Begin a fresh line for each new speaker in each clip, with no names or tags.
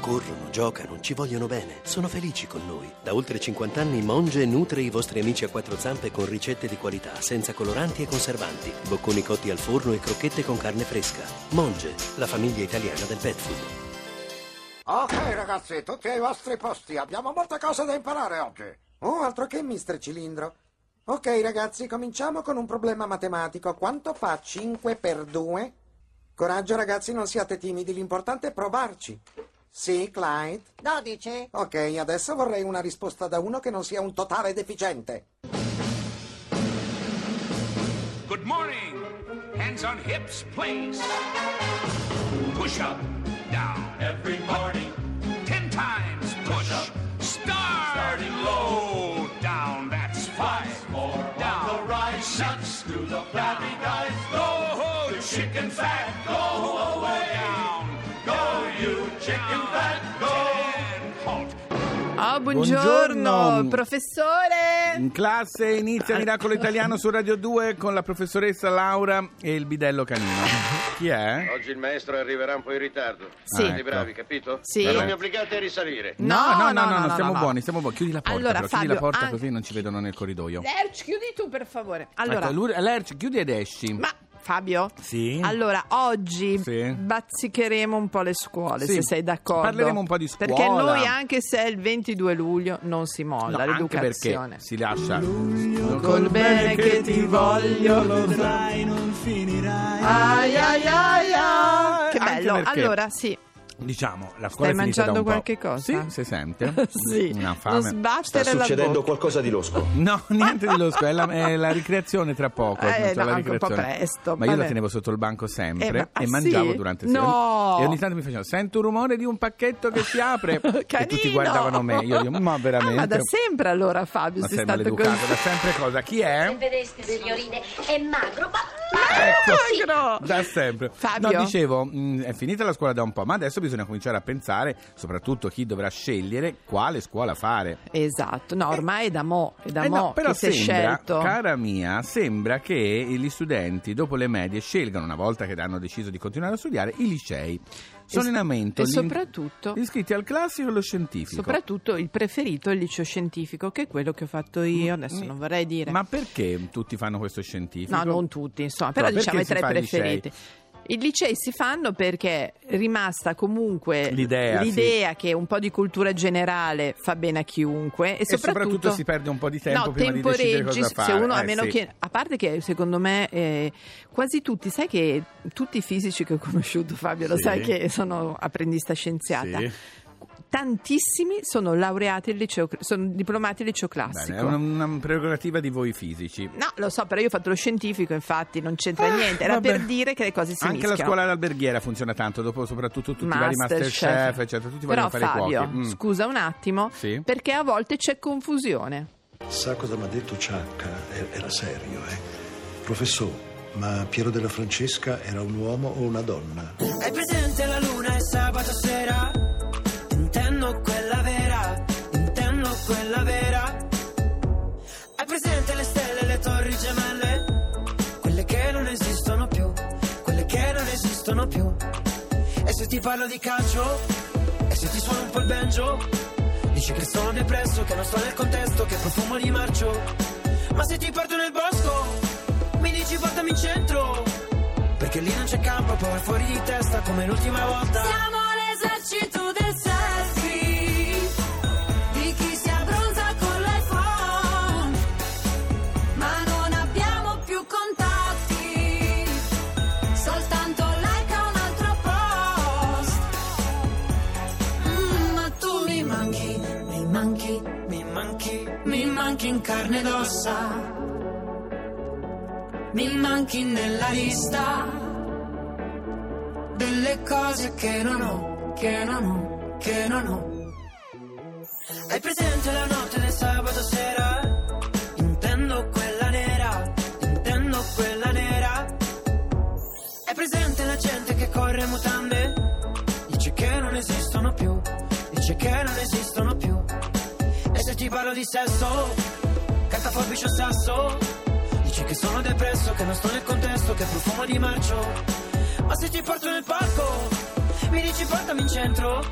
Corrono, giocano, ci vogliono bene, sono felici con noi. Da oltre 50 anni Monge nutre i vostri amici a quattro zampe con ricette di qualità, senza coloranti e conservanti, bocconi cotti al forno e crocchette con carne fresca. Monge, la famiglia italiana del pet food.
Ok ragazzi, tutti ai vostri posti, abbiamo molte cose da imparare oggi.
Oh, altro che mister cilindro. Ok ragazzi, cominciamo con un problema matematico. Quanto fa 5 per 2? Coraggio ragazzi, non siate timidi, l'importante è provarci. Sì, Clyde.
12,
Ok, adesso vorrei una risposta da uno che non sia un totale deficiente.
Good morning. Hands on hips, please. Push up, down. Every morning. Ten times. Push up. Start. Starting low. Down. That's five. More down. the rise. Shuts to the flabby guys. Go, ho, Oh, chicken fat. Go away. Down. Go, you chicken fat. Go. Ten. Halt.
Oh, buongiorno,
Buongiorno.
professore.
In classe inizia Miracolo Italiano su Radio 2 con la professoressa Laura e il bidello canino. Chi è?
Oggi il maestro arriverà un po' in ritardo.
Sì.
Siete
Ah, ecco.
bravi, capito?
Sì.
Ma non mi obbligate a risalire.
no, no, no, no, stiamo buoni, stiamo buoni. Chiudi la porta,
Allora,
però, chiudi
Fabio, ah,
la porta
anche-
così non ci vedono nel corridoio.
Lerch, chiudi tu per favore. Allora,
Ecco, lui- Lerch, chiudi ed esci.
ma Fabio?
Sì.
Allora, oggi
Sì.
bazzicheremo un po' le scuole,
Sì.
se sei d'accordo.
Parleremo un po' di
Perché
scuola.
noi, anche se è il 22 luglio, non si
No,
molla
anche
l'educazione.
perché si lascia.
Col bene che ti voglio, lo
sai.
Ai ai ai ai. Che
Anche
bello.
perché-
Allora, sì.
Diciamo, la
Stai
scuola è finita da
mangiando
un po'.
qualche cosa?
Sì, si sente.
sì.
Una
Non
fame.
sbattere la bocca.
qualcosa di losco.
No, niente di losco, è la, è la ricreazione tra poco.
Eh,
c'è
no,
la
anche un po'
ricreazione.
presto,
Ma io la
vabbè.
tenevo sotto il banco sempre
Eh, ma- ah,
e mangiavo
sì?
durante il
No!
E ogni tanto mi facevo, sento un rumore di un pacchetto che si apre. e tutti
Canino!
guardavano me. Io dico, ma veramente.
Ah, ma da sempre allora Fabio
Ma
sei
sei
stato
maleducato,
così.
da sempre cosa? Chi è?
Vedeste, signorine, è magro, ma
Ecco.
Magro!
Ecco, Da sempre.
Ah, Fabio?
No, dicevo, mh, è finita la scuola da un po', ma adesso bisogna cominciare a pensare, soprattutto chi dovrà scegliere quale scuola fare.
Esatto, no, ormai è da mo, è da
Eh
mo
no, però
che si è
sembra,
scelto.
cara mia, sembra che gli studenti dopo le medie scelgano, una volta che hanno deciso di continuare a studiare, i licei. Sono
E-
in aumento
e
gli in-
soprattutto-
gli iscritti al classico e allo scientifico.
Soprattutto il preferito è il liceo scientifico, che è quello che ho fatto io, adesso non vorrei dire.
Mm, Ma perché tutti fanno questo scientifico?
No, non tutti, insomma, però,
Però
diciamo i
perché
tre
si fa il liceo?
preferiti. I licei si fanno perché è rimasta comunque
L'idea,
l'idea che un po' di cultura generale fa bene a chiunque e,
E soprattutto si perde un po' di tempo
no,
prima di decidere
temporeggi,
cosa
se
fare,
uno, a,
eh,
meno
sì.
che, a parte che secondo me eh, quasi tutti, sai che tutti i fisici che ho conosciuto Fabio lo
Sì.
sai che sono apprendista scienziata,
Sì.
tantissimi sono laureati al liceo, sono diplomati al liceo classico.
Bene, è una, una prerogativa di voi fisici.
No, lo so, però io ho fatto lo scientifico, infatti, non c'entra
Ah,
niente. Era
vabbè.
per dire che le cose si
Anche la
mischiano.
scuola alberghiera funziona tanto, dopo soprattutto tutti i vari
Masterchef.
masterchef, eccetera, tutti
Però
vogliono fare i
Fabio,
cuochi. Mm.
scusa un attimo,
Sì.
perché a volte c'è confusione.
Sa cosa mi ha detto Ciacca? E- Era serio, eh. Professore, ma Piero della Francesca era un uomo o una donna?
Hai presente la luna e sabato sera? Intendo quella vera, intendo quella vera. Hai presente le stelle e le torri gemelle? Quelle che non esistono più, quelle che non esistono più. E se ti parlo di calcio? E se ti suono un po' il banjo? Dici che sono depresso, che non sto nel contesto, che profumo di marcio. Ma se ti porto nel bosco, mi dici portami in centro. Perché lì non c'è campo, poi vai fuori di testa come l'ultima volta.
Siamo l'esercito del selfie, di chi si abbronza con l'iPhone, ma non abbiamo più contatti, soltanto like a un altro post. Mm, ma tu mi manchi, mi manchi,
Mi manchi,
mi manchi in carne ed ossa, mi manchi nella lista delle cose che non ho, che non ho, che non ho.
hai presente la notte del sabato sera? Intendo quella nera, intendo quella nera. Hai presente la gente che corre in mutande? Dice che non esistono più, dice che non esistono più. E se ti parlo di sesso, carta forbice o sasso? Dici che sono depresso, che non sto nel contesto, che profumo di marcio. Ma se ti porto nel parco, mi dici portami in centro.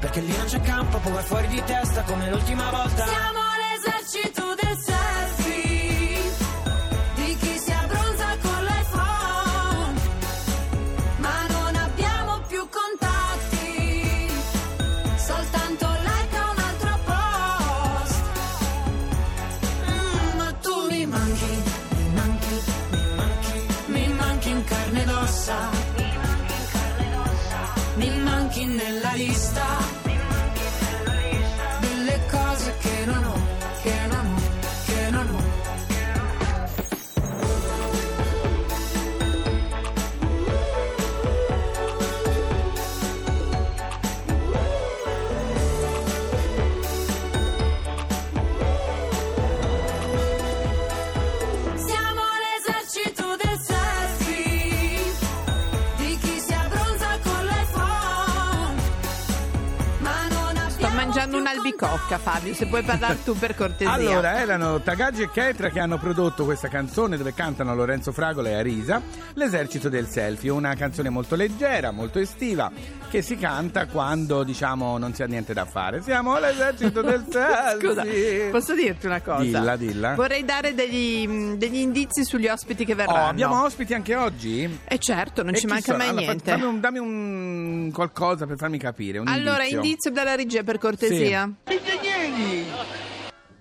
Perché lì non c'è campo, può far fuori di testa come l'ultima volta
Siamo l'esercito del selfie, di chi si abbronza con l'iPhone, ma non abbiamo più contatti, soltanto like a un altro post. Mm, ma tu mi manchi, mi manchi, mi manchi, mi manchi in carne ed ossa, mi manchi in carne ed ossa, mi manchi nella lista delle cose che non ho, che non ho, che non ho. Siamo l'esercito del selfie, di chi si abbronza con l'iPhone, ma non abbiamo
Sto mangiando un'albicocca, Fabio, se puoi parlare tu per cortesia.
Allora, erano Tagaggi e Chetra che hanno prodotto questa canzone dove cantano Lorenzo Fragola e Arisa, L'esercito del selfie, una canzone molto leggera, molto estiva, che si canta quando, diciamo, non si ha niente da fare. Siamo l'esercito del selfie.
Scusa, posso dirti una cosa?
Dilla, dilla.
Vorrei dare degli, mh, degli indizi sugli ospiti che
Oh,
verranno.
abbiamo ospiti anche oggi?
E certo, non
E
ci
chi
manca
sono?
mai
Allora, fa-
niente.
Dammi un, dammi un qualcosa per farmi capire. Un
allora,
indizio.
indizio dalla regia per cortesia.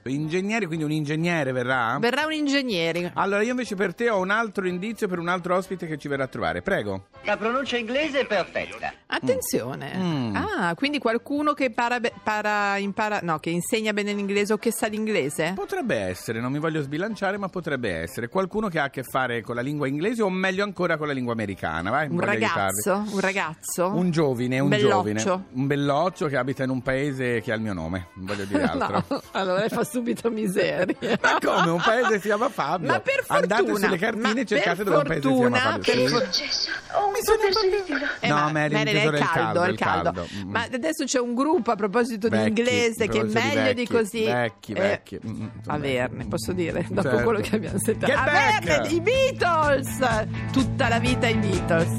Ingegneri, quindi un ingegnere verrà?
Verrà un ingegnere.
Allora, io invece per te ho un altro indizio per un altro ospite che ci verrà a trovare. Prego.
La pronuncia inglese è perfetta.
Attenzione.
Mm.
Ah, quindi qualcuno che para be- para- impara, no, che insegna bene l'inglese o che sa l'inglese?
Potrebbe essere, non mi voglio sbilanciare, ma potrebbe essere qualcuno che ha a che fare con la lingua inglese o meglio ancora con la lingua americana. Vai,
Un
voglio
ragazzo,
aiutarvi.
un ragazzo.
Un giovane, un
Belloccio.
giovane, un belloccio che abita in un paese che ha il mio nome, non voglio dire altro.
No, allora fa subito miseria.
Ma come? Un paese si chiama Fabio.
Ma per fortuna,
Andate sulle
ma
cartine e
per
cercate dove un paese si chiama
fortuna,
Fabio.
per
Sì.
for-
Oh, mi sono
Eh,
No,
ma-
Mary,
Mary,
tesoro,
è il caldo, è il caldo.
Mm.
Ma adesso c'è un gruppo a proposito di
Vecchi,
inglese
a
che è
proposito di
meglio di
vecchi,
così
vecchi,
eh,
vecchi. Mm, insomma.
averne, posso dire, dopo
Certo.
quello che abbiamo sentito.
Get back!
Averne i Beatles! Tutta la vita i Beatles.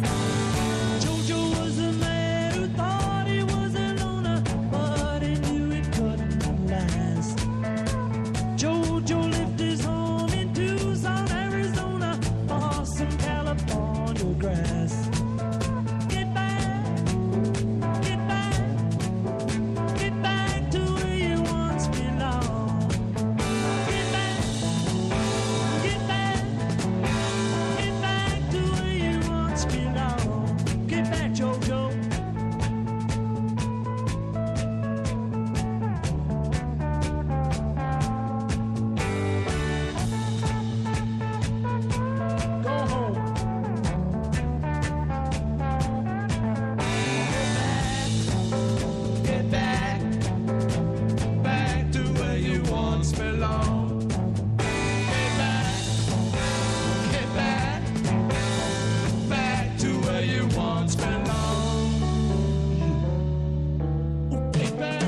Jojo lived his home in Tucson, Arizona, on some California grass. Get back, get back, get back to where you once belonged. Get back, get back, get back to where you once belonged. Get back, Jojo. Go home. Get back, back to where you once belonged. Get back, get back, back to where you once belonged. Get back,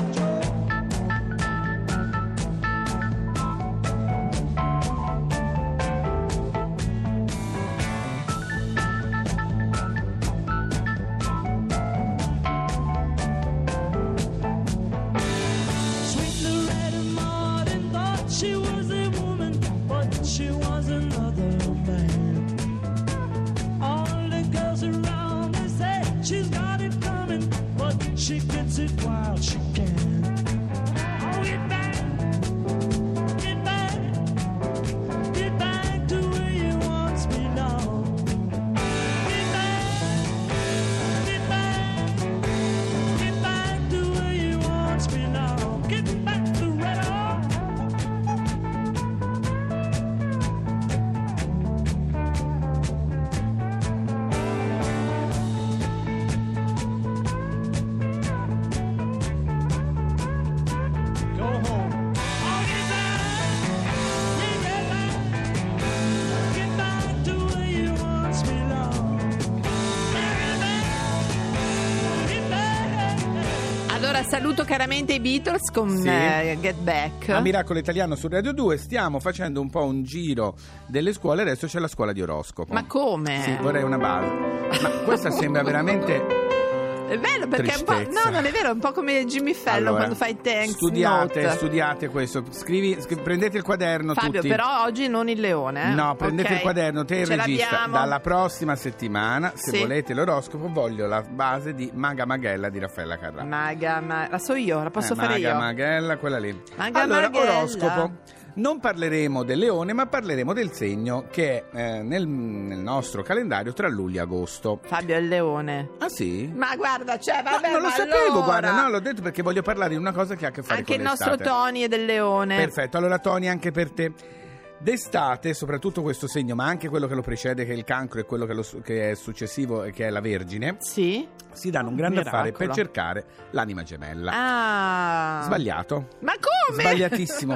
Sweet Loretta Martin thought she was a woman, but she was another man. All the girls around her said she's got it coming, but she gets it while she can. Oh, get back, get back, get back to where you once belonged. Get back, get back. Get back to where you once belonged. Get back to red Go home. Oh, get back. Get back. Get back to where you once belonged. Get back. Get back.
Allora saluto caramente i Beatles con
Sì.
eh, Get Back.
A Miracolo Italiano su Radio 2 stiamo facendo un po' un giro delle scuole, adesso c'è la scuola di oroscopo.
Ma come?
Sì, vorrei una base. Ma questa sembra veramente...
È vero perché è un po'.
Tristezza.
No, non è vero, è un po' come Jimmy Fallon
Allora,
quando fai thanks.
studiate,
note.
studiate questo. Scrivi, scri- prendete il quaderno
Fabio,
tutti.
però oggi non il leone. eh?
No, prendete
Ok?
il quaderno, te e il
Ce
regista.
l'abbiamo.
Dalla prossima settimana, se
Sì.
volete l'oroscopo, voglio la base di Maga Maghella di Raffaella Carrà.
Maga, ma la so io, la posso
Eh,
fare
Maga
io.
Maghella, quella lì.
Maga
allora,
Maghella.
oroscopo. Non parleremo del leone, ma parleremo del segno che è eh, nel, nel nostro calendario tra luglio e agosto.
Fabio è il leone.
Ah sì?
Ma guarda, cioè, vabbè,
non lo
ma
sapevo,
allora-
guarda, no, l'ho detto perché voglio parlare di una cosa che ha a che fare
Anche il
con
nostro
l'estate.
Tony è del leone.
Perfetto, allora Tony anche per te. D'estate, soprattutto questo segno, ma anche quello che lo precede, che è il cancro, e quello che, lo- che è successivo, e che è la Vergine, si danno un grande
Miracolo.
affare per cercare l'anima gemella.
Ah.
Sbagliato.
Ma come?
Sbagliatissimo,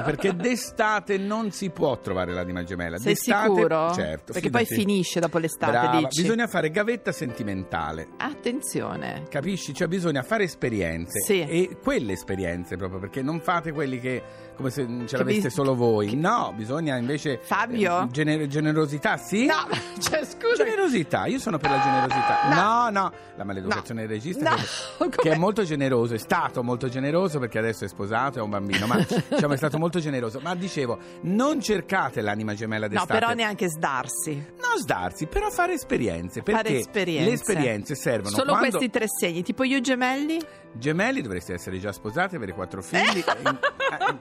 perché d'estate non si può trovare l'anima gemella.
Sei
D'estate-
sicuro?
Certo.
Perché poi
fidati.
finisce dopo l'estate,
Brava,
dici.
bisogna fare gavetta sentimentale.
Attenzione.
Capisci? Cioè bisogna fare esperienze
Sì.
e quelle esperienze proprio perché non fate quelli che come se ce
Che vi-
l'aveste solo voi. No, bisogna invece
Fabio?
gener- generosità, sì?
No, cioè, scusa.
Generosità, io sono per la generosità. No, no, la maleducazione del regista
No,
che, che è molto generoso, è stato molto generoso perché adesso è sposato, è un bambino, ma diciamo è stato molto generoso, ma dicevo, non cercate l'anima gemella
No,
d'estate.
però neanche sdarsi.
non sdarsi, però fare esperienze, perché
Fare esperienze.
le esperienze servono
Solo
quando
questi tre segni, tipo io gemelli
Gemelli dovreste essere già sposati, avere quattro figli. eh,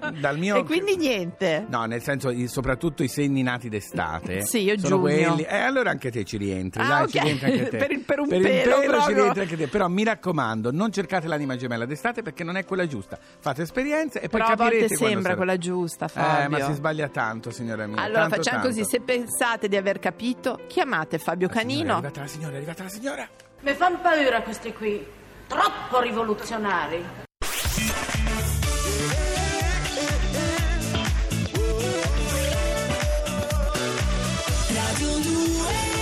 eh, dal mio...
e quindi niente.
No, nel senso, i- soprattutto i segni nati d'estate.
Sì, io
sono
giugno.
quelli. Eh, allora anche te ci rientri.
Ah,
dai,
ok.
ci rientri anche te.
Per il- per un
il
pelo,
ci
proprio.
rientri anche te. Però mi raccomando, non cercate l'anima gemella d'estate perché non è quella giusta. Fate esperienze e poi
Però a volte
capirete quando
sembra
sarà.
quella giusta,
Eh,
Fabio.
ma si sbaglia tanto, signora mia.
allora
tanto,
facciamo
tanto.
così, se pensate di aver capito, chiamate Fabio
Signora, È
Canino.
arrivata la signora, è arrivata la signora.
Mi fanno paura questi qui, troppo rivoluzionari.
Radio 2